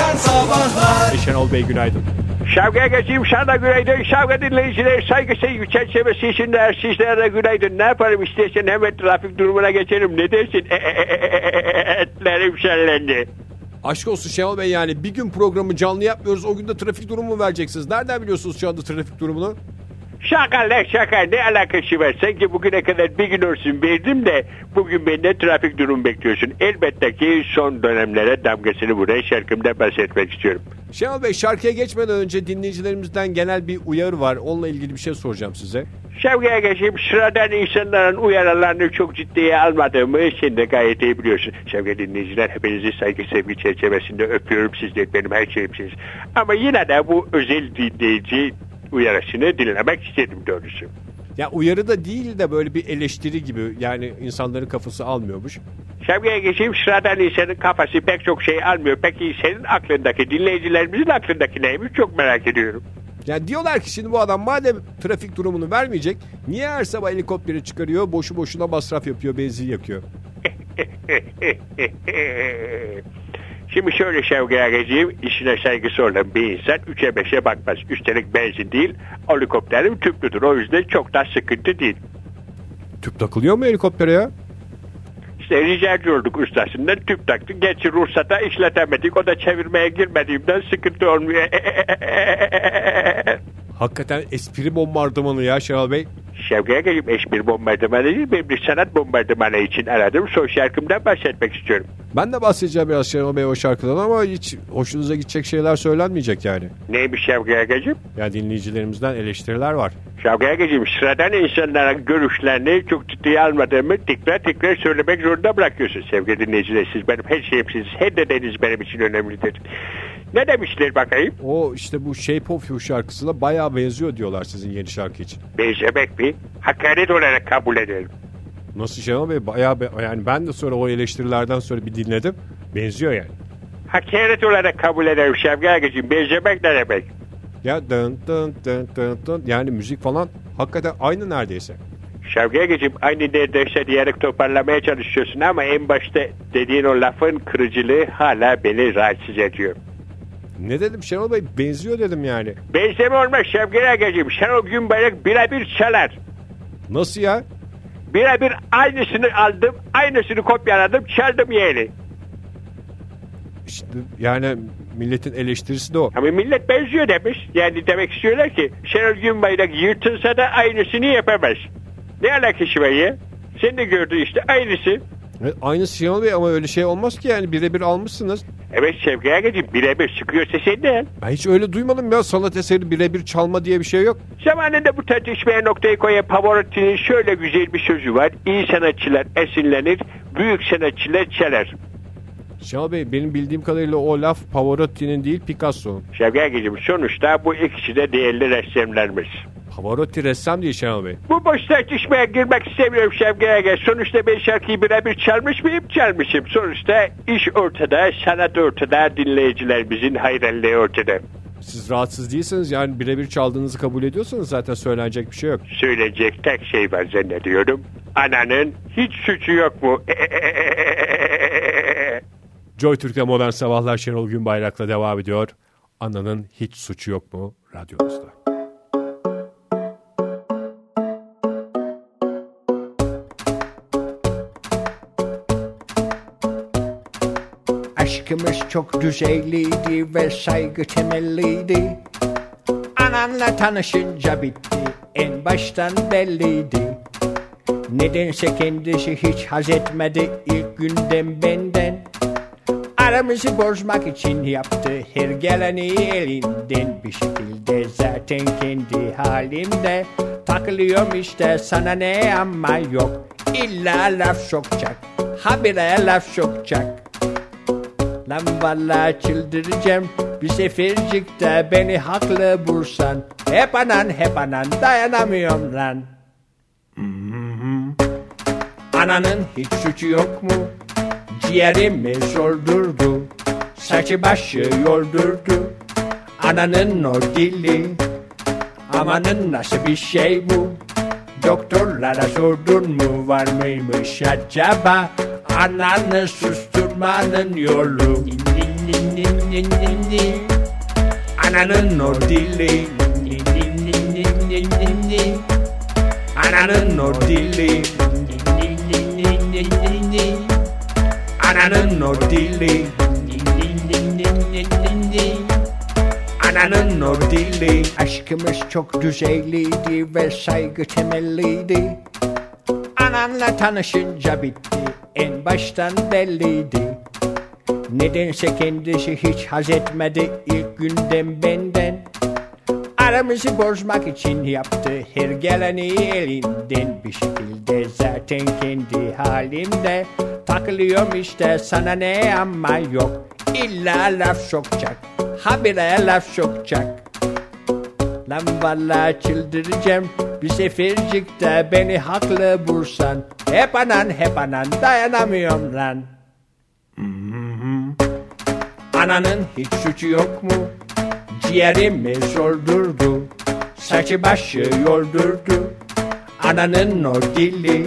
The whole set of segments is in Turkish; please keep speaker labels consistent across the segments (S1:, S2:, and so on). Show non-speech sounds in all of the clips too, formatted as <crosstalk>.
S1: Sabahlar
S2: Şenol Bey günaydın.
S3: Şevge geçeyim sana günaydın. Şevge dinleyiciler saygı sevgi çerçevesi içinde sizlere de günaydın. Ne yaparım istersen hemen trafik durumuna geçerim. Ne dersin? E, Etlerim şellendi.
S2: Aşk olsun Şenol Bey yani bir gün programı canlı yapmıyoruz o gün de trafik durumu vereceksiniz. Nereden biliyorsunuz şu anda trafik durumunu?
S3: Şaka lan şaka ne alakası var? Sanki bugüne kadar bir gün olsun verdim de bugün benden trafik durum bekliyorsun. Elbette ki son dönemlere damgasını vuran şarkımda bahsetmek istiyorum.
S2: Şenol Bey şarkıya geçmeden önce dinleyicilerimizden genel bir uyarı var. Onunla ilgili bir şey soracağım size.
S3: Şevge'ye geçeyim sıradan insanların uyarılarını çok ciddiye almadığımı sen de gayet iyi biliyorsun. Şevge dinleyiciler hepinizi saygı sevgi çerçevesinde öpüyorum sizler benim her şeyimsiniz. Ama yine de bu özel dinleyici uyarısını dinlemek istedim doğrusu.
S2: Ya uyarı da değil de böyle bir eleştiri gibi yani insanların kafası almıyormuş.
S3: Şevge'ye geçeyim sıradan insanın kafası pek çok şey almıyor. Peki senin aklındaki dinleyicilerimizin aklındaki neymiş çok merak ediyorum.
S2: Yani diyorlar ki şimdi bu adam madem trafik durumunu vermeyecek niye her sabah helikopteri çıkarıyor boşu boşuna masraf yapıyor benzin yakıyor.
S3: <laughs> Şimdi şöyle Şevki Ağacı'yım, işine saygısı olan bir insan 3'e 5'e bakmaz. Üstelik benzin değil, helikopterim tüplüdür. O yüzden çok da sıkıntı değil.
S2: Tüp takılıyor mu helikoptere ya?
S3: İşte rica ediyorduk ustasından tüp taktı. Gerçi ruhsata işletemedik. O da çevirmeye girmediğimden sıkıntı olmuyor. <laughs>
S2: Hakikaten espri bombardımanı ya Şenol Bey.
S3: Şevki Ağacı'yım espri bombardımanı değil, benim bir sanat bombardımanı için aradım. Son şarkımdan bahsetmek istiyorum.
S2: Ben de bahsedeceğim biraz Şenol Bey o şarkıdan ama hiç hoşunuza gidecek şeyler söylenmeyecek yani.
S3: Neymiş Şevki Ağacı'yım?
S2: Ya dinleyicilerimizden eleştiriler var.
S3: Şavkaya geçeyim. Sıradan insanların görüşlerini çok ciddiye almadığımı tekrar tekrar söylemek zorunda bırakıyorsun sevgili dinleyiciler. Siz benim her şeyimsiniz. Her dedeniz benim için önemlidir. Ne demişler bakayım?
S2: O işte bu Shape of You şarkısına bayağı benziyor diyorlar sizin yeni şarkı için.
S3: Benzemek mi? Hakaret olarak kabul edelim.
S2: Nasıl Şenol Bey bayağı be- yani ben de sonra o eleştirilerden sonra bir dinledim. Benziyor yani.
S3: Hakaret olarak kabul edelim Şevkaya geçeyim. Benzemek ne demek?
S2: Ya dın dın dın dın dın yani müzik falan hakikaten aynı neredeyse.
S3: Şevkaya geçeyim. Aynı neredeyse diyerek toparlamaya çalışıyorsun ama en başta dediğin o lafın kırıcılığı hala beni rahatsız ediyor.
S2: Ne dedim Şenol Bey benziyor dedim yani.
S3: Benzeme olmaz Şevkaya geçeyim. Şenol Gümbayrak birebir çalar.
S2: Nasıl ya?
S3: Birebir aynısını aldım, aynısını kopyaladım, çaldım yeğeni.
S2: İşte yani milletin eleştirisi de o.
S3: Ama millet benziyor demiş. Yani demek istiyorlar ki Şenol Günbayrak yırtılsa da aynısını yapamaz. Ne alakası var ya? Sen de gördün işte aynısı.
S2: Evet, Aynı Şenol Bey ama öyle şey olmaz ki yani birebir almışsınız.
S3: Evet Şevki Ağacığım birebir çıkıyorsa sen de al.
S2: Ben hiç öyle duymadım ya sanat eseri birebir çalma diye bir şey yok.
S3: Zamanında bu tartışmaya noktayı koyan Pavarotti'nin şöyle güzel bir sözü var. İyi sanatçılar esinlenir, büyük sanatçılar çalar.
S2: Şenol Bey benim bildiğim kadarıyla o laf Pavarotti'nin değil Picasso'nun.
S3: Şevki Ağacığım sonuçta bu ikisi de değerli ressamlarmış.
S2: Pavarotti ressam değil Şenol Bey.
S3: Bu boş tartışmaya girmek istemiyorum Şevki Aga. Sonuçta ben şarkıyı birebir çalmış mıyım? Çalmışım. Sonuçta iş ortada, sanat ortada, dinleyicilerimizin hayranlığı ortada.
S2: Siz rahatsız değilsiniz yani birebir çaldığınızı kabul ediyorsanız zaten söylenecek bir şey yok.
S3: Söyleyecek tek şey var zannediyorum. Ananın hiç suçu yok mu? <laughs>
S2: Joy Türk'te modern sabahlar Şenol Günbayrak'la devam ediyor. Ananın hiç suçu yok mu? Radyonuzda.
S4: Aşkımız çok düzeyliydi ve saygı temelliydi. Ananla tanışınca bitti, en baştan belliydi. Nedense kendisi hiç haz etmedi ilk günden benden. Aramızı bozmak için yaptı her geleni elinden bir şekilde zaten kendi halinde takılıyorum işte sana ne ama yok illa laf sokacak habire laf sokacak Lan valla çıldıracağım bir sefercikte beni haklı bulsan Hep anan hep anan dayanamıyorum lan Mhm. Ananın hiç suçu yok mu? Ciğerimi soldurdu Saçı başı yoldurdu Ananın o dili Amanın nasıl bir şey bu? Doktorlara sordun mu var mıymış acaba? Ananı susturmanın yolu. Din din nin, nin, nin, nin, nin. Ananın o dili nin, nin, nin, nin, nin, nin, nin. Ananın o dili nin, nin, nin, nin, nin, nin. Ananın o dili nin, nin, nin, nin, nin, nin. Ananın o dili Aşkımız çok düzeyliydi ve saygı temelliydi Ananla tanışınca bitti en baştan belliydi Nedense kendisi hiç haz etmedi ilk günden benden Aramızı bozmak için yaptı her geleni elinden Bir şekilde zaten kendi halimde Takılıyorum işte sana ne ama yok İlla laf sokacak Habire laf sokacak Lan valla çıldıracağım Bir sefercikte beni haklı bulsan Hep anan hep anan dayanamıyorum lan Ananın hiç suçu yok mu? Ciğerimi soldurdu Saçı başı yoldurdu Ananın o dili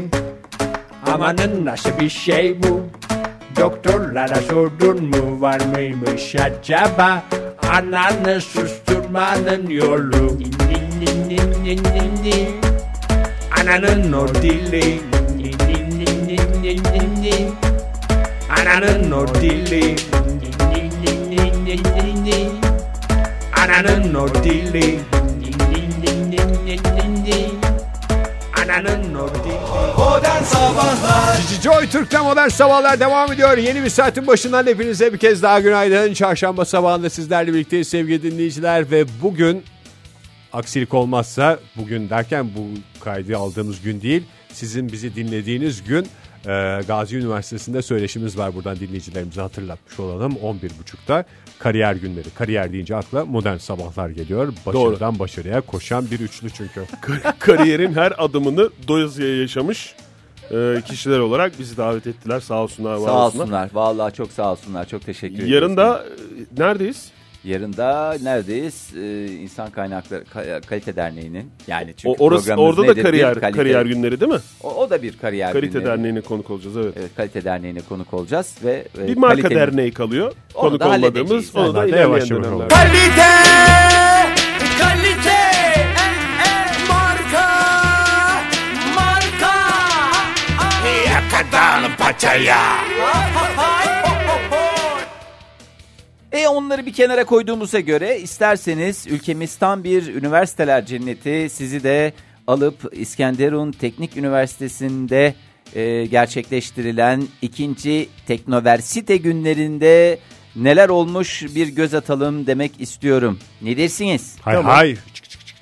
S4: Amanın nasıl bir şey bu? Doktorlara sordun mu var mıymış acaba? Ananı susturmanın yolu Din, din, din, din, din, din, din. Ananın o dili Din, din, din, din, din, din, din. Ananın o dili Din, din, din, din, din, din. Ananın o dili Din, din, din, din, din, din, din. Ananın o dili
S1: Modern Sabahlar
S2: Joy Türk'te modern sabahlar devam ediyor. Yeni bir saatin başından hepinize bir kez daha günaydın. Çarşamba sabahında sizlerle birlikteyiz sevgili dinleyiciler ve bugün aksilik olmazsa bugün derken bu kaydı aldığımız gün değil sizin bizi dinlediğiniz gün e, Gazi Üniversitesi'nde söyleşimiz var buradan dinleyicilerimize hatırlatmış olalım 11.30'da kariyer günleri kariyer deyince akla modern sabahlar geliyor başarıdan başarıya koşan bir üçlü çünkü
S5: Kar- <laughs> kariyerin her adımını doyasıya yaşamış e, kişiler olarak bizi davet ettiler. Sağ olsunlar, var
S6: Sağ
S5: olsunlar.
S6: olsunlar. Vallahi çok sağ olsunlar. Çok teşekkür ediyoruz.
S5: Yarın da e, neredeyiz?
S6: yarın da neredeyiz? Ee, İnsan Kaynakları Ka- e, Kalite Derneği'nin yani
S5: O,
S6: çünkü
S5: orası
S6: programımız
S5: orada da
S6: nedir? Bir
S5: kariyer
S6: kalite-
S5: kariyer günleri değil mi?
S6: O, o da bir kariyer
S5: Kalite
S6: günleri.
S5: Derneği'ne konuk olacağız evet.
S6: Evet, kalite derneğine konuk olacağız ve e,
S5: Bir marka
S6: kalitenin-
S5: derneği kalıyor.
S6: Onu
S5: konuk
S6: da
S5: olmadığımız.
S6: halledeceğiz.
S5: Onu da
S2: Zaten
S5: ilerleyen
S2: yavaş yavaş
S5: dönemlerde.
S1: Kalite Kalite en, en Marka Marka Yakadan paçaya
S6: E onları bir kenara koyduğumuza göre isterseniz ülkemiz tam bir üniversiteler cenneti sizi de alıp İskenderun Teknik Üniversitesi'nde e, gerçekleştirilen ikinci Teknoversite günlerinde neler olmuş bir göz atalım demek istiyorum. Ne dersiniz?
S2: hay hay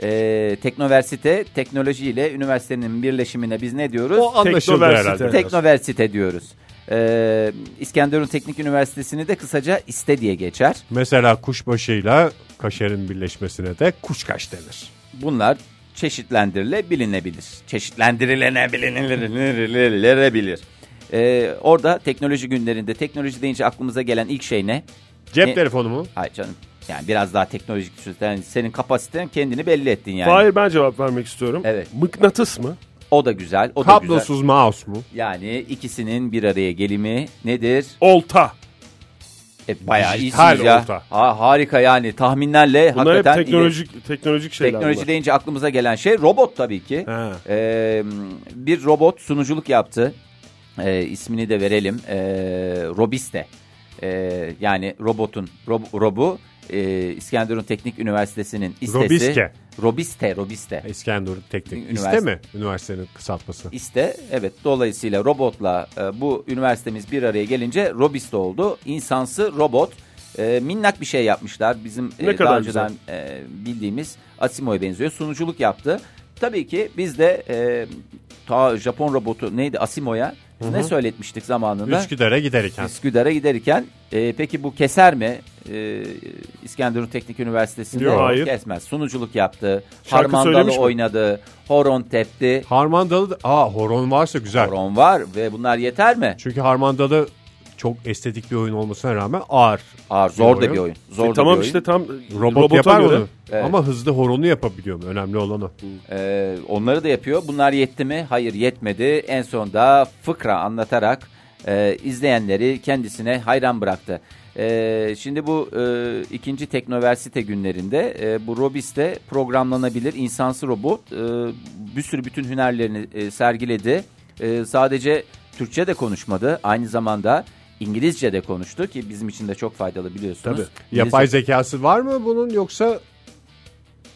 S6: E, teknoversite teknolojiyle üniversitenin birleşimine biz ne diyoruz?
S2: <laughs> o anlaşıldı
S5: Teknoversite.
S2: herhalde
S6: Teknoversite diyoruz. E, İskenderun Teknik Üniversitesi'ni de kısaca iste diye geçer.
S2: Mesela kuşbaşıyla kaşerin birleşmesine de kuşkaş denir.
S6: bunlar çeşitlendirilebilinebilir. Çeşitlendirilenebilinebilir. Ee, orada teknoloji günlerinde teknoloji deyince aklımıza gelen ilk şey ne?
S2: Cep
S6: Ne?
S2: telefonu mu?
S6: Hayır canım yani biraz daha teknolojik yani senin kapasiten kendini belli ettin yani.
S5: Hayır ben cevap vermek istiyorum.
S6: Evet.
S5: Mıknatıs mı?
S6: O da güzel o da güzel.
S2: Kablosuz mouse mu?
S6: Yani ikisinin bir araya gelimi nedir?
S5: Olta.
S6: E, bayağı
S2: Dijital
S6: iyisiniz ya.
S2: olta.
S6: Ha, harika yani tahminlerle
S5: Bunlar hep
S6: hakikaten iyi-
S5: teknolojik teknolojik şeyler.
S6: Teknoloji
S5: bunlar.
S6: deyince aklımıza gelen şey robot tabii ki.
S5: Ha.
S6: Ee, bir robot sunuculuk yaptı. Ee, ismini de verelim. Ee, Robiste. Ee, yani robotun rob- robu e, İskenderun Teknik Üniversitesi'nin istesi.
S2: Robiske.
S6: Robiste, Robiste.
S2: İskenderun Teknik.
S6: Üniversite.
S2: İste mi? Üniversitenin kısaltması.
S6: İste evet dolayısıyla robotla e, bu üniversitemiz bir araya gelince Robiste oldu. İnsansı robot. E, minnak bir şey yapmışlar. Bizim e,
S5: Ne kadar
S6: daha önceden e, bildiğimiz Asimo'ya benziyor. Sunuculuk yaptı. Tabii ki biz de e, ta Japon robotu neydi Asimo'ya biz ne söyletmiştik zamanında?
S2: Üsküdar'a giderken.
S6: Üsküdar'a giderken e, peki bu keser mi? E, İskenderun Teknik Üniversitesi'nde
S5: Yok, hayır.
S6: kesmez. Sunuculuk yaptı.
S5: Şarkı
S6: Harmandalı
S5: söylemiş mi?
S6: oynadı. Horon tepti.
S2: Harmandalı da, aa horon varsa güzel.
S6: Horon var ve bunlar yeter mi?
S2: Çünkü Harmandalı çok estetik bir oyun olmasına rağmen ağır.
S6: Aa, zor da
S2: oyun.
S6: bir oyun. Zor da bir
S5: E, Tamam
S6: oyun.
S5: işte tam
S2: Robot
S5: robota
S2: yapar
S5: göre.
S2: onu.
S6: Evet.
S2: Ama hızlı horonu yapabiliyor mu? Önemli olan o.
S6: Ee, onları da yapıyor. Bunlar yetti mi? Hayır yetmedi. En sonunda fıkra anlatarak e, izleyenleri kendisine hayran bıraktı. Ee, şimdi bu e, ikinci teknoversite günlerinde e, bu Robis'te programlanabilir insansı robot e, bir sürü bütün hünerlerini e, sergiledi. E, sadece Türkçe de konuşmadı. Aynı zamanda İngilizce de konuştu ki bizim için de çok faydalı biliyorsunuz.
S5: Tabii.
S6: İngilizce-
S2: Yapay zekası var mı bunun yoksa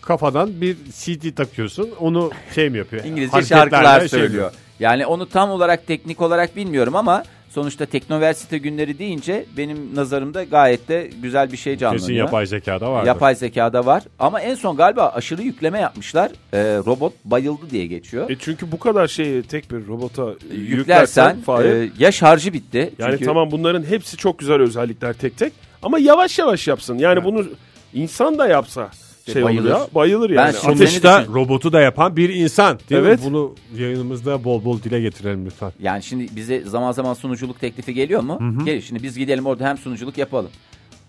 S2: kafadan bir CD takıyorsun onu şey mi yapıyor?
S6: İngilizce
S2: Hareketlerle
S6: şarkılar
S2: şey
S6: söylüyor. Yani onu tam olarak teknik olarak bilmiyorum ama sonuçta teknoversite günleri deyince benim nazarımda gayet de güzel bir şey canlanıyor.
S2: Kesin yapay zekada var.
S6: Yapay zekada var ama en son galiba aşırı yükleme yapmışlar. Ee, robot bayıldı diye geçiyor.
S5: E çünkü bu kadar şeyi tek bir robota yüklersen,
S6: Yüklersen
S5: Fahir,
S6: e, ya şarjı bitti.
S5: yani
S6: Çünkü
S5: tamam bunların hepsi çok güzel özellikler tek tek ama yavaş yavaş yapsın. Yani bunu insan da yapsa şey
S6: bayılır.
S5: bayılır. olur ya bayılır
S6: Ben şey-
S5: yani.
S6: şimdi- Seni
S2: Sonuçta
S6: düşün.
S2: robotu da yapan bir insan. Değil
S5: Evet.
S2: mi? Bunu yayınımızda bol bol dile getirelim lütfen.
S6: Yani şimdi bize zaman zaman sunuculuk teklifi geliyor mu? Gel şimdi biz gidelim orada hem sunuculuk yapalım.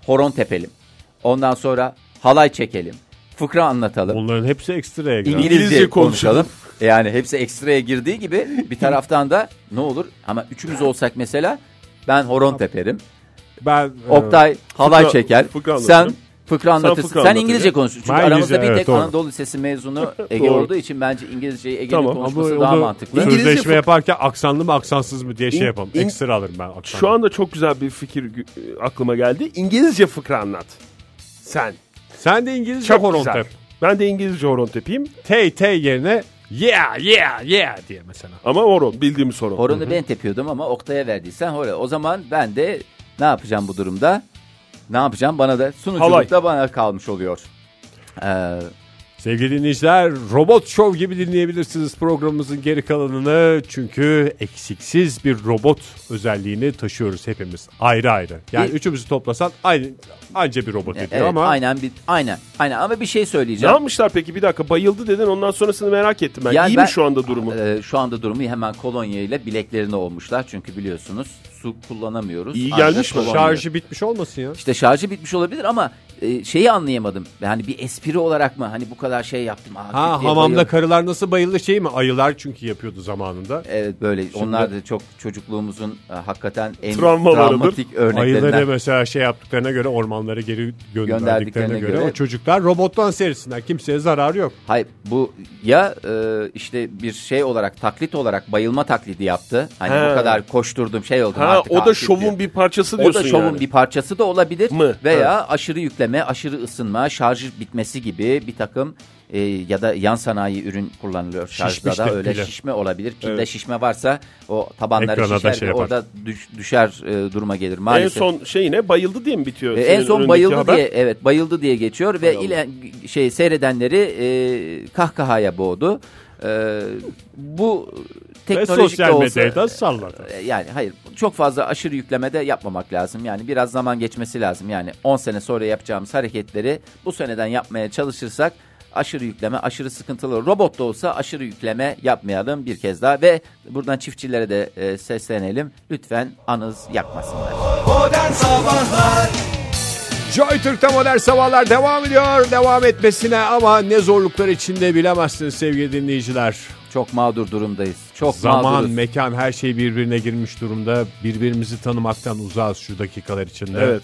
S6: Horon tepelim. Ondan sonra halay çekelim. Fıkra anlatalım.
S2: Onların hepsi ekstraya girer.
S6: İngilizce,
S5: İngilizce konuşalım.
S6: konuşalım. Yani hepsi ekstraya girdiği gibi bir taraftan da ne olur ama üçümüz olsak mesela ben horon teperim.
S2: Ben e,
S6: Oktay halay
S5: fıkra-
S6: çeker.
S5: fıkra anlatırım.
S6: sen fıkra anlatırsın. Sen,
S5: fıkra
S6: İngilizce
S5: anlatırım.
S6: konuşursun. Çünkü
S2: Ben
S6: aramızda
S2: İngilizce,
S6: bir
S2: evet,
S6: tek
S2: doğru.
S6: Anadolu Lisesi mezunu Ege
S5: <laughs> Doğru.
S6: olduğu için bence İngilizceyi Ege'nin
S5: Tamam, ama
S6: konuşması
S2: ama
S6: daha
S2: onu
S6: mantıklı.
S2: Sözleşme
S5: İngilizce-
S2: yaparken aksanlı mı aksansız mı diye şey
S5: İng-
S2: yapalım.
S5: İng-
S2: Ekstra alırım ben. Aksanlı.
S5: Şu anda çok güzel bir fikir gü- aklıma geldi. İngilizce fıkra anlat. Sen.
S2: Sen de İngilizce
S5: Çok
S2: horon
S5: güzel.
S2: tep.
S5: Ben de İngilizce horon tepeyim
S2: Tey tey yerine yeah yeah yeah diye mesela.
S5: ama horon bildiğimiz horon.
S6: Horonu ben tepiyordum ama Oktay'a verdiysen hora. O zaman ben de ne yapacağım bu durumda? Ne yapacağım? Bana da
S5: Halay.
S6: sunuculuk da bana kalmış oluyor. Ee,
S2: Sevgili dinleyiciler Robot Show gibi dinleyebilirsiniz programımızın geri kalanını. Çünkü eksiksiz bir robot özelliğini taşıyoruz hepimiz ayrı ayrı. Yani
S6: Bir-
S2: üçümüzü toplasan aynı anca bir robot ediyor
S6: E, evet,
S2: ama
S6: aynen bir aynen. Aynen ama bir şey
S5: Ne
S6: söyleyeceğim.
S5: yapmışlar peki bir dakika bayıldı dedin ondan sonrasını merak ettim ben.
S6: Yani
S5: İyi
S6: ben-
S5: mi şu anda durumu?
S6: Ee, şu anda durumu hemen kolonya ile bileklerine olmuşlar. Çünkü biliyorsunuz su kullanamıyoruz.
S5: İyi
S6: Ancak
S5: gelmiş mi?
S6: kullanıyoruz.
S2: şarjı bitmiş olmasın ya.
S6: İşte şarjı bitmiş olabilir ama e, şeyi anlayamadım. Yani bir espri olarak mı? Hani bu kadar şey yaptım. Aa,
S2: Ha
S6: kütleye
S2: hamamda
S6: bayıldım.
S2: karılar nasıl bayıldı şey mi? Ayılar çünkü yapıyordu zamanında.
S6: Evet böyle onlar da çok çocukluğumuzun e, hakikaten en
S5: Travmalarıdır.
S6: travmatik örneklerinden.
S2: Ayıları mesela şey yaptıklarına göre ormanlara geri gönderdiklerine
S6: Gönderdiklerine
S2: göre,
S6: göre-
S2: o çocuklar robottan seyretsinler. Kimseye zararı yok.
S6: Hayır bu ya e, işte bir şey olarak taklit olarak bayılma taklidi yaptı. Hani
S5: He.
S6: bu kadar koşturdum şey oldu.
S5: ha
S6: artık
S5: o da
S6: artık
S5: şovun
S6: diyor.
S5: bir parçası
S6: O
S5: diyorsun
S6: da şovun
S5: yani.
S6: bir parçası da olabilir
S5: Mı?
S6: veya aşırı yükleme, aşırı ısınma, şarjı bitmesi gibi bir takım e, ya da yan sanayi ürün kullanılıyor şarjda
S2: Şişmiştir
S6: da öyle
S2: pile.
S6: şişme olabilir. Pilde
S5: Evet.
S6: şişme varsa o tabanları
S2: Ekrana da
S6: şişer
S2: şey
S6: ve
S2: yapar.
S6: orada düş- düşer e, duruma gelir
S5: En
S6: maalesef.
S5: son şey ne bayıldı diye mi bitiyor?
S6: E, en
S5: senin
S6: son
S5: önündeki
S6: bayıldı
S5: haber?
S6: diye evet bayıldı diye geçiyor ve ile şey seyredenleri e, kahkahaya boğdu. E, bu
S2: Ve
S6: teknolojik de
S2: sosyal
S6: olsa,
S2: medyayı da salladı.
S6: e, yani hayır çok fazla aşırı yüklemede yapmamak lazım. Yani biraz zaman geçmesi lazım. Yani 10 sene sonra yapacağımız hareketleri bu seneden yapmaya çalışırsak aşırı yükleme aşırı sıkıntılı. Robot da olsa aşırı yükleme yapmayalım bir kez daha ve buradan çiftçilere de e, seslenelim. Lütfen anız yakmasınlar.
S1: Modern Sabahlar
S2: Joy Türk'te modern sabahlar devam ediyor. Devam etmesine ama ne zorluklar içinde bilemezsiniz sevgili dinleyiciler.
S6: Çok mağdur durumdayız. Çok
S2: Zaman,
S6: mağduruz.
S2: mekan her şey birbirine girmiş durumda. Birbirimizi tanımaktan uzağız şu dakikalar içinde.
S5: Evet.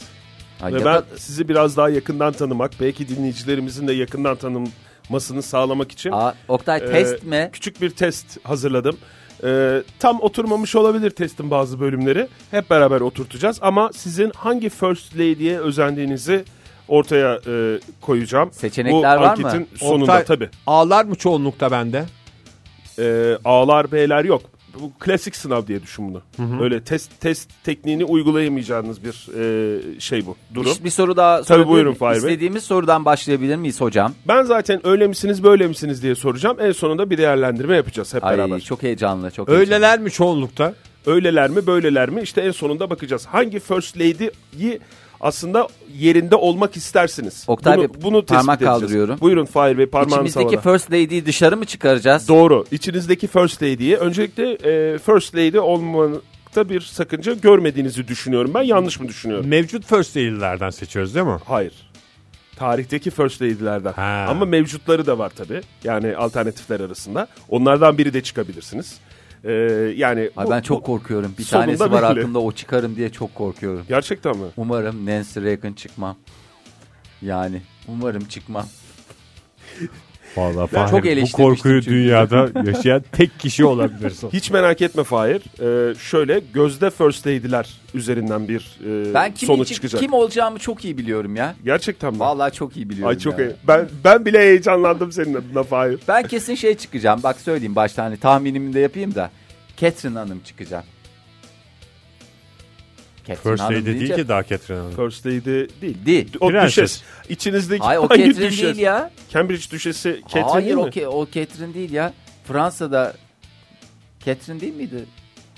S6: Ay,
S5: Ve
S6: ya
S5: ben
S6: da-
S5: sizi biraz daha yakından tanımak, belki dinleyicilerimizin de yakından tanınmasını sağlamak için
S6: Aa, Oktay
S5: e,
S6: test mi?
S5: küçük bir test hazırladım. E, tam oturmamış olabilir testin bazı bölümleri. Hep beraber oturtacağız ama sizin hangi first lady'ye özendiğinizi ortaya e, koyacağım.
S6: Seçenekler
S5: Bu
S6: var mı?
S5: anketin sonunda
S2: Oktay,
S5: tabii.
S2: Ağlar mı çoğunlukta bende?
S5: E, A'lar B'ler yok. Bu klasik sınav diye düşün bunu. Öyle test test tekniğini uygulayamayacağınız bir e, şey bu durum.
S6: Bir, bir soru daha sorabilir
S5: buyurun
S6: miyim?
S5: Fahir Bey.
S6: İstediğimiz sorudan başlayabilir miyiz hocam?
S5: Ben zaten öyle misiniz böyle misiniz diye soracağım. En sonunda bir değerlendirme yapacağız hep
S6: Ay
S5: beraber.
S6: çok heyecanlı. Çok heyecanlı.
S2: Öyleler mi çoğunlukta?
S5: Öyleler mi böyleler mi işte en sonunda bakacağız. Hangi first lady'yi aslında yerinde olmak istersiniz.
S6: Oktay
S5: bunu,
S6: Bey,
S5: bunu tespit
S6: parmak
S5: edeceğiz.
S6: kaldırıyorum.
S5: Buyurun Fahir Bey parmağınızı
S6: İçimizdeki
S5: havada.
S6: first lady'yi dışarı mı çıkaracağız?
S5: Doğru. İçinizdeki first lady'yi öncelikle e, first lady olmakta bir sakınca görmediğinizi düşünüyorum. Ben yanlış mı düşünüyorum?
S2: Mevcut first değillerden seçiyoruz değil mi?
S5: Hayır. Tarihteki first lady'lerden.
S2: Ha.
S5: Ama mevcutları da var tabii. Yani alternatifler arasında. Onlardan biri de çıkabilirsiniz. Ee, yani
S6: Ay
S5: bu-
S6: ben
S5: bu-
S6: çok korkuyorum. Bir
S5: sonunda
S6: tanesi var
S5: belli.
S6: aklımda o çıkarım diye çok korkuyorum.
S5: Gerçekten mi?
S6: Umarım Nancy Reagan çıkmam. Yani umarım çıkmam.
S2: Vallahi Fahir,
S6: çok
S2: bu
S6: eleştirmiştim
S2: korkuyu
S6: çünkü.
S2: dünyada yaşayan tek
S6: <laughs>
S2: kişi olabilirsin.
S5: Hiç merak etme Fahir. Ee, şöyle gözde first lady'ler üzerinden bir e,
S6: Ben kimin
S5: sonuç
S6: çık-
S5: çıkacak.
S6: kim olacağımı çok iyi biliyorum ya.
S5: Gerçekten mi?
S6: Vallahi çok iyi biliyorum.
S5: Ay çok
S6: ya.
S5: iyi. Ben ben bile heyecanlandım senin adına Fahir.
S6: Ben kesin şey çıkacağım. Bak söyleyeyim başta hani tahminimi de yapayım da. Catherine Hanım çıkacağım. Catherine
S2: First
S6: Hanım
S2: Lady değil
S6: deyince-
S2: ki daha Catherine Hanım.
S5: First lady değil.
S6: Değil.
S5: O
S2: Prenses.
S5: düşes. İçinizdeki
S6: Hayır o
S5: hangi
S6: Catherine
S5: düşes?
S6: değil ya.
S5: Cambridge düşesi Catherine
S6: Hayır
S5: değil
S6: o,
S5: mi?
S6: Ke- o Catherine değil ya. Fransa'da Catherine değil miydi?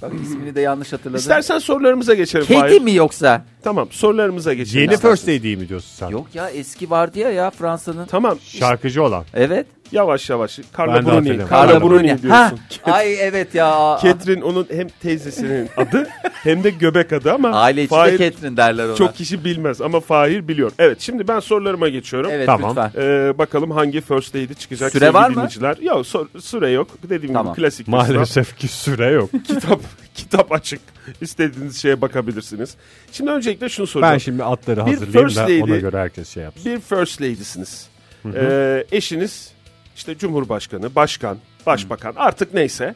S6: Bak ismini de yanlış hatırladım.
S5: İstersen sorularımıza geçelim
S6: Katie
S5: Fahir.
S6: mi yoksa?
S5: Tamam sorularımıza geçelim.
S2: Yeni
S5: istersen.
S2: First Lady mi diyorsun sen?
S6: Yok ya eski vardı ya ya Fransa'nın.
S5: Tamam.
S2: Şarkıcı olan.
S6: Evet.
S5: Yavaş yavaş. Carla
S2: Ben de
S5: Bruni.
S2: hatırlıyorum.
S5: Carla
S6: Carla
S5: Bruni
S6: Bruni.
S5: diyorsun.
S6: Ha, ay evet ya.
S5: Catherine onun hem
S2: <laughs>
S5: teyzesinin adı hem de göbek adı ama
S6: Aile içinde
S5: Fahir
S6: Catherine derler ona.
S5: çok kişi bilmez ama Fahir biliyor. Evet şimdi ben sorularıma geçiyorum.
S6: Evet
S2: Tamam.
S6: lütfen.
S5: Ee, bakalım hangi first lady çıkacak
S6: Süre
S5: sevgili
S6: var mı?
S5: dinleyiciler. Yok sor- süre yok. Dediğim
S6: Tamam.
S5: gibi klasik. bir sınav. <laughs>
S2: Maalesef ki süre yok.
S6: <laughs>
S5: kitap kitap açık. İstediğiniz şeye bakabilirsiniz. Şimdi öncelikle şunu soracağım.
S2: ben şimdi atları
S5: Bir
S2: hazırlayayım
S5: First
S2: da
S5: Lady-
S2: ona göre herkes şey yapsın.
S5: bir first lady'siniz. Ee, eşiniz işte cumhurbaşkanı, başkan, başbakan artık neyse.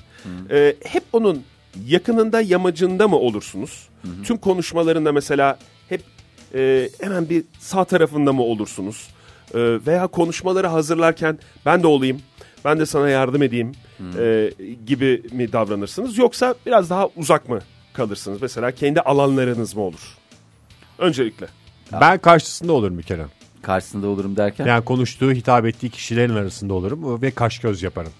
S5: Ee, hep onun yakınında yamacında mı olursunuz? Tüm konuşmalarında mesela hep e, hemen bir sağ tarafında mı olursunuz? Ee, veya konuşmaları hazırlarken ben de olayım, ben de sana yardım edeyim e, gibi mi davranırsınız? Yoksa biraz daha uzak mı kalırsınız? Mesela kendi alanlarınız mı olur? Öncelikle.
S2: Ben karşısında olurum bir kere.
S6: Karşısında olurum derken.
S2: Yani konuştuğu, hitap ettiği kişilerin arasında olurum ve kaş göz yaparım.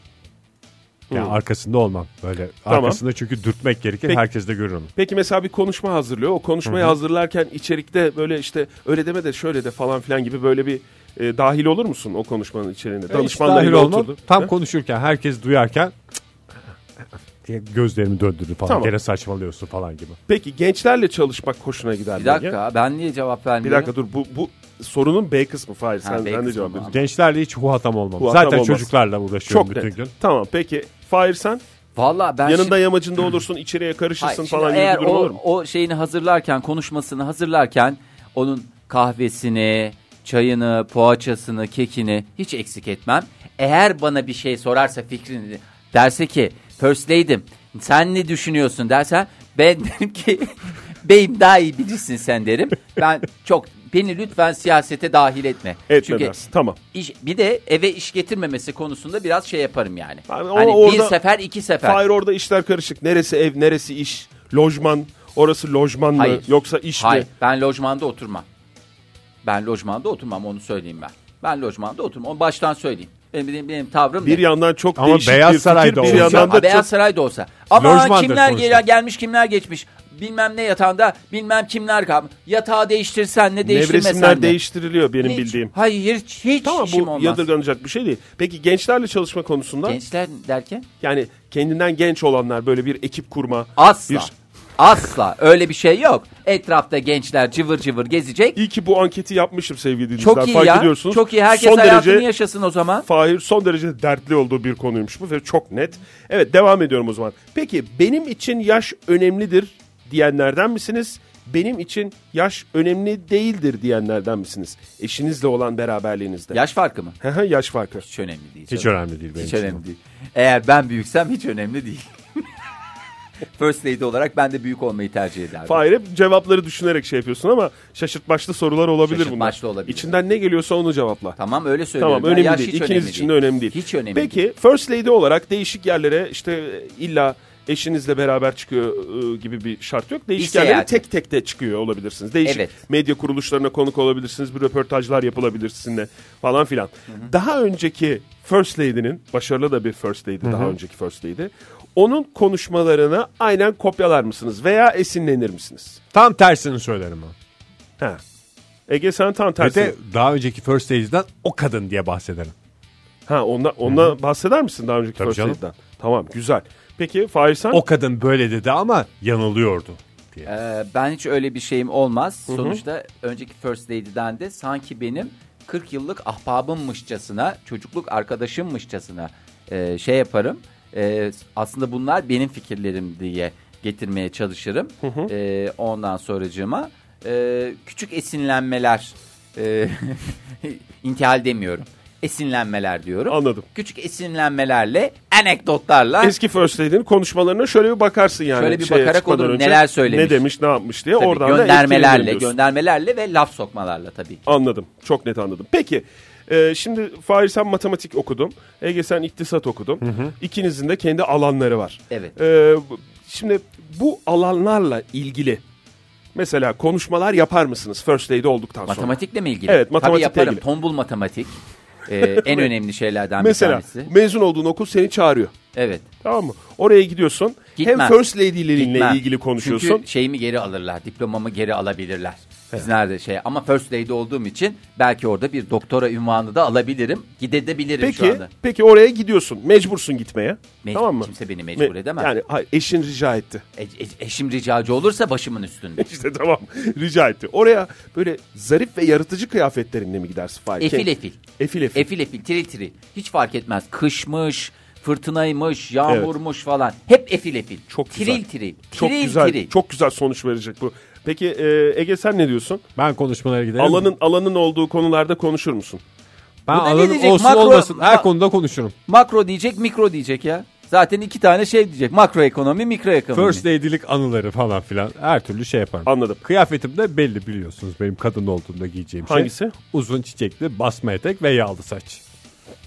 S2: Yani arkasında olmam böyle.
S5: Hmm. Tamam.
S2: Arkasında çünkü dürtmek gerekir.
S5: Peki.
S2: Herkes de görür onu.
S5: Peki mesela bir konuşma hazırlıyor. O konuşmayı hazırlarken içerikte böyle işte öyle deme de şöyle de falan filan gibi böyle bir e, dahil olur musun o konuşmanın içeriğine?
S2: E, dahil
S5: Danışmanlarıyla
S2: olmam.
S5: oturdu.
S2: Tam
S5: Ha?
S2: konuşurken herkes duyarken diye gözlerimi döndürdü falan.
S5: Tamam.
S2: Gene saçmalıyorsun falan gibi.
S5: Peki gençlerle çalışmak hoşuna gider mi?
S6: bir dakika ben niye cevap
S5: Bir
S6: vermiyorum?
S5: dakika dur bu, bu sorunun B kısmı Fahir. Sen,
S6: B
S5: sen de
S6: kısmı
S5: cevap
S6: mı?
S5: veriyorsun.
S2: Gençlerle hiç huhatam olmam.
S5: Huhatam
S2: Zaten
S5: olmaz.
S2: çocuklarla uğraşıyorum
S5: Çok
S2: bütün
S5: net.
S2: gün.
S5: Tamam peki Fahir sen
S6: Valla ben
S5: yanında
S6: şimdi- <clears throat>
S5: yamacında olursun içeriye
S6: Hayır,
S5: karışırsın
S6: şimdi
S5: falan gibi
S6: eğer
S5: bir durum
S6: o,
S5: olur mu?
S6: o şeyini hazırlarken konuşmasını hazırlarken onun kahvesini, çayını, poğaçasını, kekini hiç eksik etmem. Eğer bana bir şey sorarsa fikrini derse ki First Lady'm sen ne düşünüyorsun dersen ben <laughs> derim ki beyim daha iyi bilirsin sen derim. Ben çok beni lütfen siyasete dahil etme.
S5: Evet
S6: Çünkü
S5: dersin. Tamam.
S6: iş- bir de eve iş getirmemesi konusunda biraz şey yaparım yani.
S5: Abi o-
S6: hani bir
S5: orada-
S6: sefer iki sefer.
S5: Fahir orada işler karışık. Neresi ev neresi iş? Lojman orası lojman mı
S6: Hayır.
S5: yoksa iş
S6: Hayır
S5: mi?
S6: ben lojmanda oturmam. Ben lojmanda oturmam onu söyleyeyim ben. Ben lojmanda oturmam onu baştan söyleyeyim. Benim, benim, benim tavrım
S5: Bir
S6: ne?
S5: yandan çok
S2: Ama
S5: değişik
S2: Beyaz
S5: bir
S2: Saray'da
S5: fikir,
S2: olacak.
S5: bir yandan
S6: Ha,
S5: da çok
S6: Beyaz Saray'da olsa. Ama
S2: Lojmandır
S6: kimler
S2: sonuçta.
S6: gel- gelmiş kimler geçmiş. Bilmem ne yatağında bilmem kimler kalmış. Yatağı değiştirsen ne değiştirmesen
S5: Nevresimler
S6: ne.
S5: değiştiriliyor benim
S6: Hiç-
S5: bildiğim.
S6: Hayır hiç, hiç
S5: Tamam bu
S6: işim olmaz.
S5: yadırganacak bir şey değil. Peki gençlerle çalışma konusunda
S6: Gençler derken?
S5: yani kendinden genç olanlar böyle bir ekip kurma.
S6: Asla.
S5: Bir,
S6: Asla öyle bir şey yok. Etrafta gençler cıvır cıvır gezecek.
S5: iyi ki bu anketi yapmışım sevgili dinleyiciler.
S6: Çok iyi
S5: Fark
S6: ya.
S5: ediyorsunuz.
S6: Çok iyi herkes
S5: son
S6: hayatını
S5: derece,
S6: yaşasın o zaman.
S5: Fahir son derece dertli olduğu bir konuymuş bu ve çok net. Evet devam ediyorum o zaman. Peki benim için yaş önemlidir diyenlerden misiniz? Benim için yaş önemli değildir diyenlerden misiniz? Eşinizle olan beraberliğinizde.
S6: Yaş farkı mı?
S5: Yaş, yaş farkı.
S6: Hiç önemli değil.
S2: Hiç
S6: canım.
S2: önemli değil benim
S6: Hiç
S2: için.
S6: önemli değil. Eğer ben büyüksem hiç önemli değil. <laughs> First lady olarak ben de büyük olmayı tercih ederdim.
S5: Fahir hep cevapları düşünerek şey yapıyorsun ama şaşırtmaçlı sorular olabilir
S6: Şaşırtmaçlı
S5: bunlar.
S6: olabilir.
S5: İçinden ne geliyorsa onu cevapla.
S6: Tamam öyle
S5: Tamam
S6: söylüyorum. Ya,
S5: önemli
S6: yaş
S5: değil.
S6: hiç
S5: İkiniz
S6: önemli
S5: için de önemli değil.
S6: Hiç önemli
S5: Peki
S6: değil.
S5: First Lady olarak değişik yerlere işte illa eşinizle beraber çıkıyor e, gibi bir şart yok. Değişik
S6: İş
S5: yerlere
S6: seyahati.
S5: tek tek de çıkıyor olabilirsiniz. Değişik
S6: Evet.
S5: medya kuruluşlarına konuk olabilirsiniz. Bir röportajlar yapılabilir sizinle falan filan. Daha önceki First Lady'nin başarılı da bir First Lady daha önceki First Lady. Onun konuşmalarını aynen kopyalar mısınız veya esinlenir misiniz?
S2: Tam tersini söylerim ben.
S5: Ha. Ege sen tam
S2: Ve
S5: tersi.
S2: de daha önceki First Lady'den o kadın diye bahsederim.
S5: Ha onda onda bahseder misin daha önceki
S2: Tabii
S5: First
S2: canım.
S5: Lady'den? Tamam güzel. Peki Fahir sen?
S2: O kadın böyle dedi ama yanılıyordu diye.
S6: Ee, ben hiç öyle bir şeyim olmaz. Sonuçta önceki First Lady'den de sanki benim 40 yıllık ahbabımmışçasına, çocukluk arkadaşımmışçasına e, şey yaparım. e, aslında bunlar benim fikirlerim diye getirmeye çalışırım. E, ondan sonracığıma e, küçük esinlenmeler e, <laughs> intihal demiyorum. Esinlenmeler diyorum.
S5: Anladım.
S6: Küçük esinlenmelerle, anekdotlarla
S5: Eski First Lady'nin konuşmalarına şöyle bir bakarsın yani.
S6: Şöyle bir
S5: şeye
S6: bakarak
S5: çıkmadan
S6: olur,
S5: önce
S6: neler söylemiş.
S5: Ne demiş ne yapmış diye
S6: tabii
S5: oradan da
S6: göndermelerle,
S5: etkileniyorsun.
S6: göndermelerle ve laf sokmalarla tabii ki.
S5: Anladım. Çok net anladım. Peki e, şimdi Fahir sen matematik okudun. Ege sen iktisat okudun. İkinizin de kendi alanları var.
S6: Evet.
S5: E, bu- şimdi bu alanlarla ilgili mesela konuşmalar yapar mısınız First Lady olduktan sonra?
S6: Matematikle mi ilgili?
S5: Evet,
S6: Tabii
S5: matematikle
S6: yaparım.
S5: ilgili.
S6: Tombul matematik.
S5: <laughs>
S6: Ee, en önemli şeylerden
S5: Mesela
S6: bir tanesi.
S5: mezun olduğun okul seni çağırıyor.
S6: Evet.
S5: Tamam mı? Oraya gidiyorsun.
S6: Gitmem.
S5: Hem First Lady'lerinle
S6: Gitmem.
S5: ilgili konuşuyorsun.
S6: Çünkü şeyimi geri alırlar. Diplomamı geri alabilirler. Biz nerede şey ama first lady olduğum için belki orada bir doktora ünvanı da alabilirim. Gidebilirim şu
S5: Peki,
S6: anda.
S5: peki oraya gidiyorsun. Mecbursun gitmeye.
S6: Mec-
S5: tamam mı?
S6: kimse beni mecbur
S5: Me-
S6: edemez.
S5: Yani hayır, eşin rica etti. <laughs>
S6: E- e- eşim ricacı olursa başımın üstünde.
S5: İşte tamam rica etti. Oraya böyle zarif ve yaratıcı kıyafetlerinle mi gidersin Fahir?
S6: Efil
S5: Şey-
S6: efil.
S5: Efil efil.
S6: Efil efil, tiril tiril. Hiç fark etmez. Kışmış, fırtınaymış, yağmurmuş falan. Hep efil efil.
S5: Çok güzel.
S6: Tiril tiril.
S5: Çok
S6: tiril
S5: güzel,
S6: tiril.
S5: çok güzel sonuç verecek bu. Peki e, Ege sen ne diyorsun?
S2: Ben konuşmalara giderim.
S5: Alanın alanın olduğu konularda konuşur musun?
S2: ben
S6: Bu da ne
S2: alanın
S6: diyecek?
S2: olsun
S6: Makro-
S2: olmasın her
S6: Ma-
S2: konuda konuşurum.
S6: Makro diyecek, mikro diyecek ya. Zaten iki tane şey diyecek. Makro ekonomi, mikro ekonomi.
S2: First lady'lik anıları falan filan her türlü şey yaparım.
S5: Anladım.
S2: Kıyafetim de belli biliyorsunuz benim kadın olduğumda giyeceğim şey.
S5: Hangisi?
S2: Uzun çiçekli basma etek ve yağlı saç.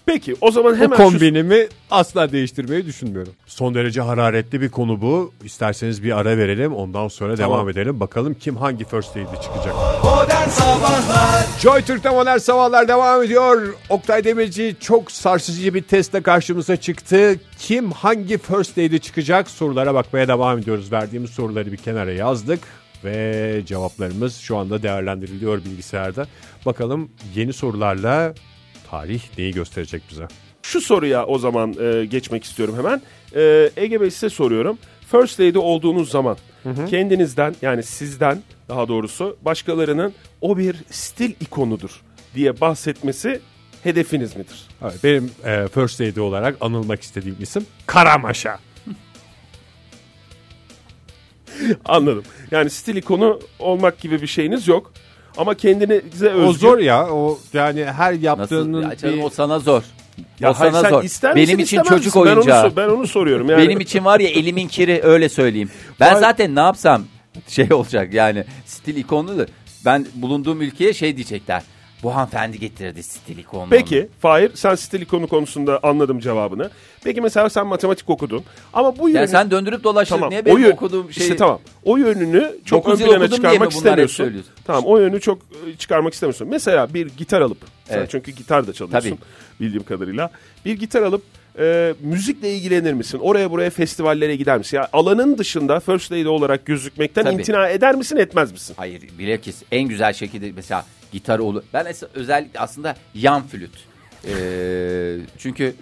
S5: Peki o zaman
S2: Bu
S5: hemen şu-
S2: kombinimi asla değiştirmeyi düşünmüyorum. Son derece hararetli bir konu bu. İsterseniz bir ara verelim ondan sonra devam edelim. Bakalım kim hangi first lady çıkacak.
S1: Modern Sabahlar
S2: Joy Türk'te modern sabahlar devam ediyor. Oktay Demirci çok sarsıcı bir testle karşımıza çıktı. Kim hangi first lady çıkacak sorulara bakmaya devam ediyoruz. Verdiğimiz soruları bir kenara yazdık ve cevaplarımız şu anda değerlendiriliyor bilgisayarda. Bakalım yeni sorularla tarih neyi gösterecek bize?
S5: şu soruya o zaman e, geçmek istiyorum hemen. E, Ege Bey size soruyorum. First Lady olduğunuz zaman kendinizden yani sizden daha doğrusu başkalarının o bir stil ikonudur diye bahsetmesi hedefiniz midir? <laughs>
S2: Evet, benim e, first lady olarak anılmak istediğim isim Karamaşa.
S5: Anladım. Yani stil ikonu olmak gibi bir şeyiniz yok. Ama kendinize özgü...
S2: O zor ya. O yani her
S6: Nasıl?
S2: yaptığının
S6: Ya canım,
S2: bir-
S6: O sana zor. o
S5: Ya hayır,
S6: sana
S5: sen
S6: zor.
S5: ister misin,
S6: Benim için
S5: istemez
S6: çocuk
S5: misin? Ben
S6: oyuncağı.
S5: onu, sor- ben onu soruyorum. Yani.
S6: Benim için var ya elimin kiri öyle söyleyeyim. Ben
S5: Vay-
S6: zaten ne yapsam şey olacak yani stil ikonlu da ben bulunduğum ülkeye şey diyecekler. Bu hanımefendi getirdi stil ikonlu.
S5: Peki Fahir sen stil ikonu konusunda anladım cevabını. Peki mesela sen matematik okudun. Ama bu
S6: Yani
S5: yönünü...
S6: sen döndürüp dolaştın.
S5: Tamam.
S6: Niye benim
S5: yön-
S6: okuduğum şeyi?
S5: İşte tamam. O yönünü çok ön
S6: Dokuz yıl
S5: plana
S6: okudum diye mi
S5: çıkarmak
S6: bunları hep
S5: istemiyorsun.
S6: söylüyorsun?
S5: Tamam o yönü çok e, çıkarmak istemiyorsun. Mesela bir gitar alıp sen
S6: Evet.
S5: çünkü gitar da çalıyorsun
S6: Tabii.
S5: bildiğim kadarıyla. Bir gitar alıp e, müzikle ilgilenir misin? Oraya buraya festivallere gider misin? Ya alanın dışında First Lady olarak gözükmekten
S6: Tabii.
S5: imtina eder misin etmez misin?
S6: Hayır bilakis en güzel şekilde mesela gitar olur. Ben es- özellikle aslında yan flüt. Ee, çünkü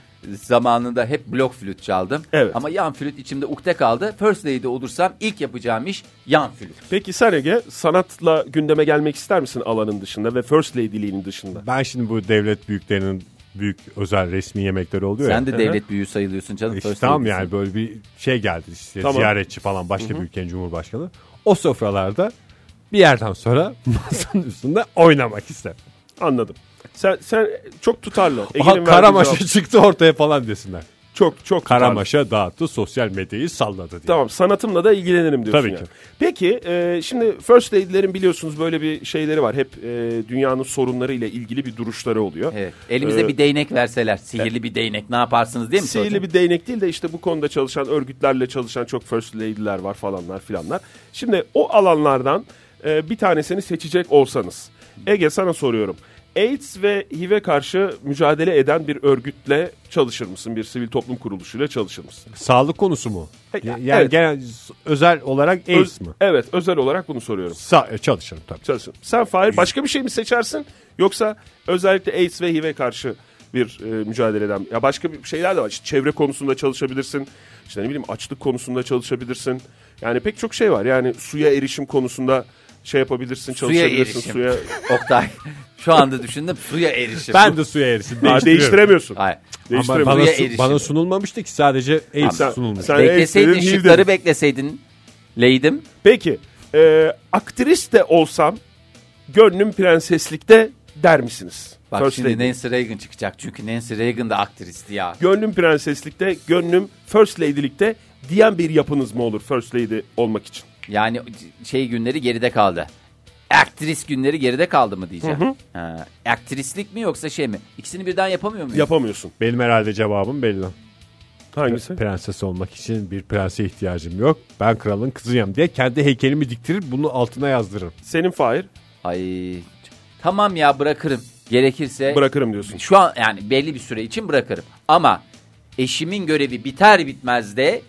S6: zamanında hep blok flüt çaldım.
S5: Evet.
S6: Ama yan flüt içimde ukde kaldı. First Lady olursam ilk yapacağım iş yan flüt.
S5: Peki sen Ege sanatla gündeme gelmek ister misin alanın dışında ve First Lady'liğinin dışında?
S2: Ben şimdi bu devlet büyüklerinin büyük özel resmi yemekleri oluyor ya.
S6: Sen de devlet büyüğü sayılıyorsun canım.
S2: İşte
S6: First
S2: tam
S6: Lady'sin.
S2: yani böyle bir şey geldi işte
S5: Tamam.
S2: ziyaretçi falan başka bir ülkenin cumhurbaşkanı. O sofralarda bir yerden sonra <laughs> masanın üstünde oynamak ister.
S5: Anladım. Sen sen çok tutarlı. Ege'nin
S2: Aha
S5: verdiği
S2: Karamaşa
S5: cevap-
S2: çıktı ortaya falan desinler.
S5: çok çok tutarlı.
S2: Karamaşa dağıttı sosyal medyayı salladı diye.
S5: Tamam sanatımla da ilgilenirim diyorsun
S2: Tabii
S5: yani.
S2: ki.
S5: Peki e, şimdi First Lady'lerin biliyorsunuz böyle bir şeyleri var. Hep e, dünyanın sorunlarıyla ilgili bir duruşları oluyor.
S6: Evet. Elimize
S5: Ee,
S6: bir değnek
S2: e,
S6: verseler. Sihirli bir değnek ne yaparsınız değil mi?
S5: Sihirli
S6: hocam?
S5: bir değnek değil de işte bu konuda çalışan örgütlerle çalışan çok First Lady'ler var falanlar filanlar. Şimdi o alanlardan e, bir tanesini seçecek olsanız. Ege sana soruyorum. AIDS ve HIV'e E karşı mücadele eden bir örgütle çalışır mısın? Bir sivil toplum kuruluşuyla çalışır mısın?
S2: Sağlık konusu mu?
S5: Peki,
S2: Ya- Yani
S5: evet.
S2: genel özel olarak AIDS
S5: Öz-
S2: mi?
S5: Evet özel olarak bunu soruyorum.
S2: Sa- e, çalışırım tabii.
S5: Çalışın. Sen Fahir başka bir şey mi seçersin yoksa özellikle AIDS ve HIV'e karşı bir e, mücadele eden ya başka bir şeyler de var. İşte çevre konusunda çalışabilirsin. İşte ne bileyim açlık konusunda çalışabilirsin. Yani pek çok şey var. Yani suya erişim konusunda şey yapabilirsin,
S6: Suya <laughs>
S5: çalışabilirsin.
S6: erişim. Oktay Şu anda düşündüm suya erişim.
S2: Ben de suya erişim.
S5: De- değiştiremiyorsun.
S6: Hayır.
S2: Ama
S5: Değiştiremiyorsun.
S2: bana,
S6: Suya
S2: su-
S6: erişim.
S2: bana sunulmamıştı ki sadece AIDS
S5: Sen-
S2: sunulmuş.
S5: sen-
S6: Bekleseydin
S5: Eksik değil
S6: şıkları
S5: dedim.
S6: bekleseydin. Leydim.
S5: Peki e, aktris de olsam gönlüm prenseslikte der misiniz?
S6: Bak
S5: First
S6: şimdi
S5: lady.
S6: Nancy Reagan çıkacak. Çünkü Nancy Reagan da aktristi ya.
S5: Gönlüm prenseslikte, gönlüm first lady'likte diyen bir yapınız mı olur first lady olmak için?
S6: Yani şey günleri geride kaldı. Aktris günleri geride kaldı mı diyeceğim. Ha, aktrislik mi yoksa şey mi? İkisini birden yapamıyor muyum?
S5: Yapamıyorsun.
S2: Benim herhalde cevabım belli.
S5: Hangisi?
S2: Prenses olmak için bir prense ihtiyacım yok. Ben kralın kızıyım diye kendi heykelimi diktirir bunu altına yazdırırım.
S5: Senin Fahir.
S6: Ay. Tamam ya bırakırım. Gerekirse
S5: Bırakırım diyorsun.
S6: şu an yani belli bir süre için bırakırım. Ama eşimin görevi biter bitmez de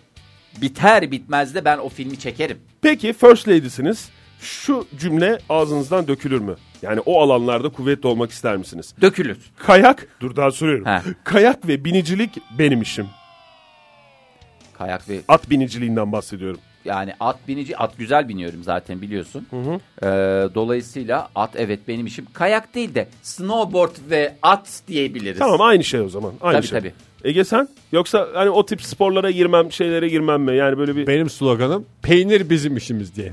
S6: biter bitmez de ben o filmi çekerim.
S5: Peki first lady'siniz. Şu cümle ağzınızdan dökülür mü? Yani o alanlarda kuvvetli olmak ister misiniz?
S6: Dökülür.
S5: Kayak, dur daha soruyorum.
S6: Ha.
S5: Kayak ve binicilik benim işim.
S6: Kayak ve
S5: At biniciliğinden bahsediyorum.
S6: yani at binici at güzel biniyorum zaten biliyorsun. Ee, dolayısıyla at evet benim işim. Kayak değil de snowboard ve at diyebiliriz.
S5: Tamam aynı şey o zaman. Aynı
S6: Tabii,
S5: şey.
S6: tabii.
S5: Ege sen? Yoksa hani o tip sporlara girmem, şeylere girmem mi? Yani böyle bir
S2: Benim sloganım peynir bizim işimiz diye.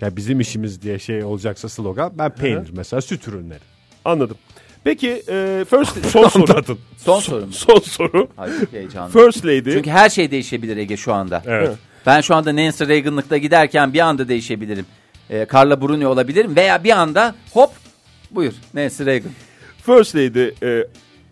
S2: Ya bizim işimiz diye şey olacaksa slogan ben peynir mesela süt ürünleri.
S5: anladım. Peki e,
S6: <laughs>
S5: first son soru.
S6: Son sorum.
S5: son soru.
S6: Ay çok heyecanlı.
S5: First lady.
S6: Çünkü her şey değişebilir Ege şu anda.
S2: Evet.
S6: Ben şu anda Nancy Reagan'lıkta giderken bir anda değişebilirim. Ee, Carla Bruni olabilirim veya bir anda hop buyur Nancy Reagan.
S5: First lady e,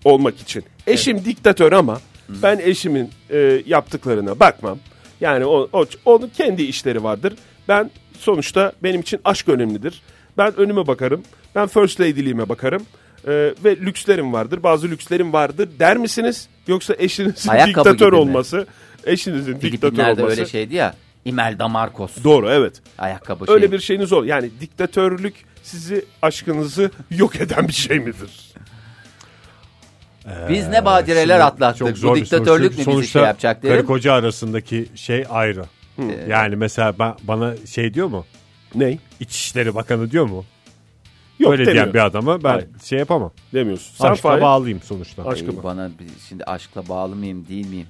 S5: olmak için. Eşim diktatör ama ben eşimin e, yaptıklarına bakmam. Yani o, o onun kendi işleri vardır. Ben sonuçta benim için aşk önemlidir. Ben önüme bakarım. Ben first lady'liğime bakarım. E, ve lükslerim vardır. Bazı lükslerim vardır der misiniz? Yoksa eşinizin
S6: Ayakkabı
S5: diktatör
S6: gibi mi?
S5: olması, eşinizin diktatör
S6: Filipinler'de
S5: olması.
S6: öyle şey- şeydi ya. Imelda Marcos.
S5: Doğru evet.
S6: Ayakkabı şey.
S5: Öyle bir şeyiniz ol. Yani diktatörlük sizi aşkınızı yok eden bir şey midir?
S6: Biz ne badireler atlattık.
S2: Çok zor
S6: Bu
S2: bir soru.
S6: diktatörlük
S2: Çünkü
S6: mü bizi şey yapacak
S2: karı
S6: derim.
S2: koca arasındaki şey ayrı. Yani mesela ben, bana şey diyor mu?
S5: Ney?
S2: İçişleri Bakanı diyor mu?
S5: Yok
S2: Öyle
S5: demiyor.
S2: diyen bir adama ben
S5: Hayır.
S2: şey yapamam.
S5: Demiyorsun. Sen
S2: Sen
S5: Fahir-
S2: Aşka bağlıyım sonuçta.
S5: Aşk- aşkı
S6: Ee,
S5: mı?
S6: Bana bir- şimdi aşkla bağlı mıyım değil miyim?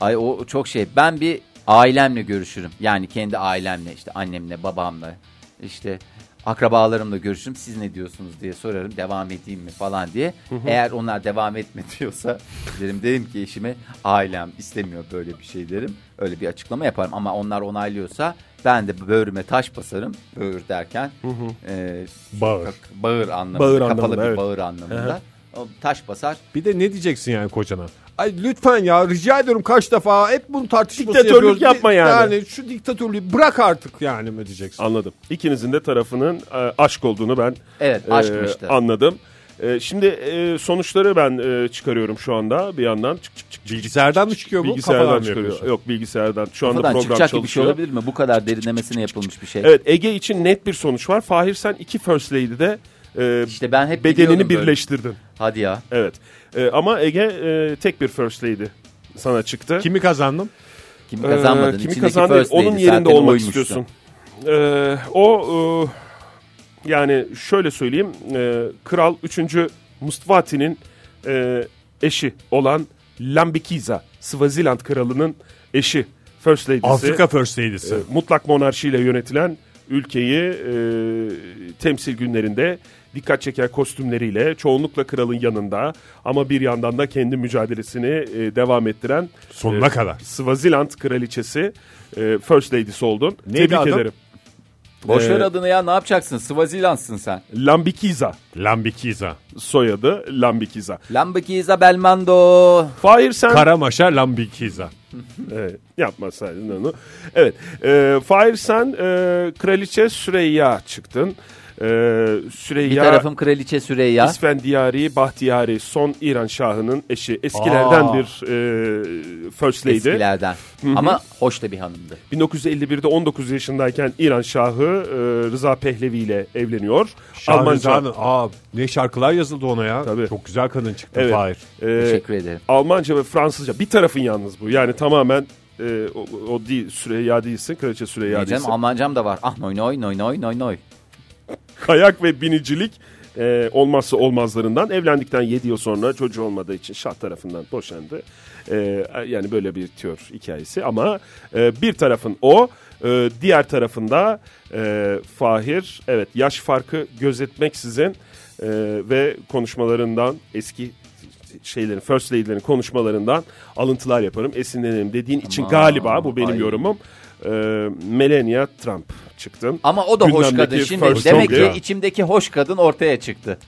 S6: Ay o çok şey. Ben bir ailemle görüşürüm. Yani kendi ailemle işte annemle babamla işte akrabalarımla görüşürüm. Siz ne diyorsunuz diye sorarım. Devam edeyim mi falan diye. Eğer onlar devam etme diyorsa <laughs> derim derim ki eşime ailem istemiyor böyle bir şey derim. Öyle bir açıklama yaparım ama onlar onaylıyorsa ben de böğrüme taş basarım. Böğür derken e,
S2: Bağır.
S6: bağır anlamında.
S5: Bağır
S6: kapalı
S5: anlamında,
S6: bir
S5: evet.
S6: bağır anlamında. O taş basar.
S2: Bir de ne diyeceksin yani kocana? Ay lütfen ya rica ediyorum kaç defa hep bunu tartışması
S5: Diktatörlük
S2: yapıyoruz.
S5: yapma yani.
S2: Yani şu diktatörlüğü bırak artık yani mi diyeceksin?
S5: Anladım. İkinizin de tarafının e, aşk olduğunu ben
S6: Evet,
S5: Ee,
S6: aşkmıştı.
S5: anladım. E, şimdi e, sonuçları ben e, çıkarıyorum şu anda bir yandan. Çık çık çık.
S2: Bilgisayardan mı çıkıyor bu? Kafadan
S5: Bilgisayardan
S2: mı
S5: çıkıyor.
S2: yapıyorsun?
S5: Yok bilgisayardan. Şu anda
S6: Kafadan
S5: program
S6: çıkacak
S5: çalışıyor.
S6: gibi bir şey olabilir mi? Bu kadar derinlemesine yapılmış bir şey.
S5: Evet Ege için net bir sonuç var. Fahir sen iki First Lady'de e,
S6: İşte ben hep
S5: bedenini
S6: biliyorum böyle.
S5: birleştirdin.
S6: Hadi ya.
S5: Evet. E, ama Ege e, tek bir First Lady sana çıktı.
S2: Kimi kazandım?
S6: Kimi kazanmadın?
S5: Ee, kimi
S6: İçindeki
S5: kazandı?
S6: first lady
S5: Onun yerinde
S6: zaten
S5: olmak
S6: oymuştu.
S5: istiyorsun. Ee, o e, yani şöyle söyleyeyim. e, Kral 3. Mustafa'nın eşi olan Lambikiza, Swaziland kralının eşi, First Lady'si.
S2: Afrika First Lady'si.
S5: e, mutlak monarşiyle yönetilen ülkeyi e, temsil günlerinde dikkat çeken kostümleriyle çoğunlukla kralın yanında ama bir yandan da kendi mücadelesini e, devam ettiren
S2: Sonuna kadar.
S5: Swaziland kraliçesi e, First Lady'si oldun.
S2: Neydi
S5: Tebrik
S2: adı?
S5: ederim.
S6: Boş ver
S5: Ee,
S6: adını ya ne yapacaksın? Svazilansın sen.
S5: Lambikiza
S2: Lambikiza.
S5: soyadı Lambikiza.
S6: Lambikiza Belmando.
S5: Fahir sen
S2: Karamaşa Lambikiza.
S5: e, yapmasaydın onu. Evet. E, Fahir sen e, kraliçe Süreyya çıktın. E, Süreyya
S6: Bir tarafım kraliçe Süreyya.
S5: İsfendiyari Bahtiyari son İran şahının eşi. Eskilerden
S2: Aa.
S5: bir e, First Lady.
S6: Eskilerden. Ama hoş da bir hanımdı.
S5: 1951'de 19 yaşındayken İran şahı e, Rıza Pehlevi ile evleniyor.
S2: Şahrizade. Aa ne şarkılar yazıldı ona ya.
S5: Tabii.
S2: Çok güzel kadın çıktı
S5: Evet.
S2: Fahir.
S5: E,
S6: Teşekkür ederim.
S5: Almanca ve Fransızca bir tarafın yalnız bu. Yani tamamen e, o, o değil Süreyya değilsin. Kraliçe Süreyya
S6: Diyeceğim
S5: değilsin.
S6: Almancam da var. Ah noy noy noy noy noy noy.
S5: Kayak ve binicilik e, olmazsa olmazlarından. Evlendikten 7 yıl sonra çocuğu olmadığı için şah tarafından boşandı. E, yani böyle bir tür hikayesi ama e, bir tarafın o, e, diğer tarafında e, Fahir evet yaş farkı gözetmeksizin e, ve konuşmalarından eski şeylerin first lady'lerin konuşmalarından alıntılar yaparım esinlenirim dediğin için galiba bu benim
S6: ay.
S5: yorumum e, Melania Trump çıktın.
S6: Ama o da hoş kadın.
S5: Gündemdeki
S6: Şimdi
S5: first
S6: demek
S5: lady.
S6: ki içimdeki hoş kadın ortaya çıktı.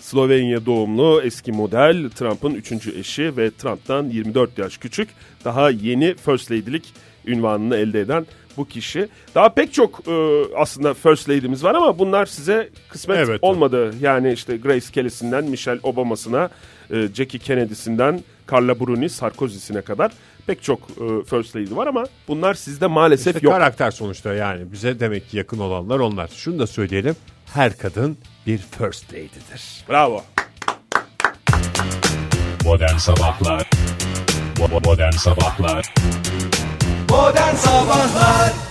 S5: Slovenya doğumlu eski model Trump'ın 3. eşi ve Trump'tan 24 yaş küçük daha yeni First Lady'lik ünvanını elde eden bu kişi. Daha pek çok e, aslında First Lady'miz var ama bunlar size kısmet
S2: Evet.
S5: olmadı. Yani işte Grace Kelly'sinden Michelle Obama'sına, e, Jackie Kennedy'sinden Carla Bruni Sarkozy'sine kadar pek çok e, First Lady var ama bunlar sizde maalesef
S2: İşte
S5: yok.
S2: karakter sonuçta yani bize demek ki yakın olanlar onlar. Şunu da söyleyelim. Her kadın bir first lady'dir.
S5: Bravo.
S7: Modern Sabahlar Bo- bo- Modern Sabahlar
S1: Modern Sabahlar